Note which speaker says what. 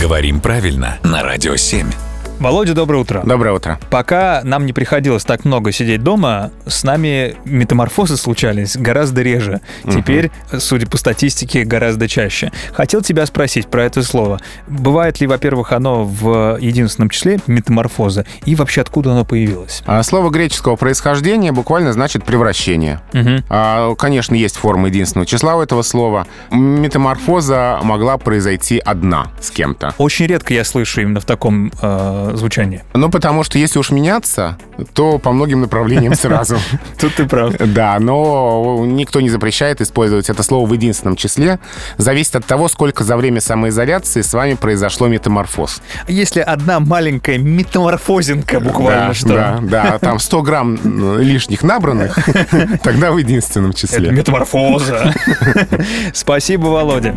Speaker 1: Говорим правильно на Радио 7.
Speaker 2: Володя, доброе утро.
Speaker 3: Доброе утро.
Speaker 2: Пока нам не приходилось так много сидеть дома, с нами метаморфозы случались гораздо реже. Теперь, судя по статистике, гораздо чаще. Хотел тебя спросить про это слово. Бывает ли, во-первых, оно в единственном числе метаморфоза, и вообще откуда оно появилось?
Speaker 3: А Слово греческого происхождения буквально значит превращение.
Speaker 2: Мгм.
Speaker 3: А, Конечно, есть форма единственного числа у этого слова. Метаморфоза могла произойти одна с кем-то.
Speaker 2: Очень редко я слышу именно в таком э, звучании.
Speaker 3: Ну, потому что если уж меняться, то по многим направлениям сразу.
Speaker 2: Тут ты прав.
Speaker 3: Да, но никто не запрещает использовать это слово в единственном числе. Зависит от того, сколько за время самоизоляции с вами произошло метаморфоз.
Speaker 2: Если одна маленькая метаморфозинка буквально
Speaker 3: да,
Speaker 2: ну что.
Speaker 3: Да, да, там 100 грамм м, лишних набранных, тогда в единственном
Speaker 2: Это
Speaker 3: числе.
Speaker 2: метаморфоза. Спасибо, Володя.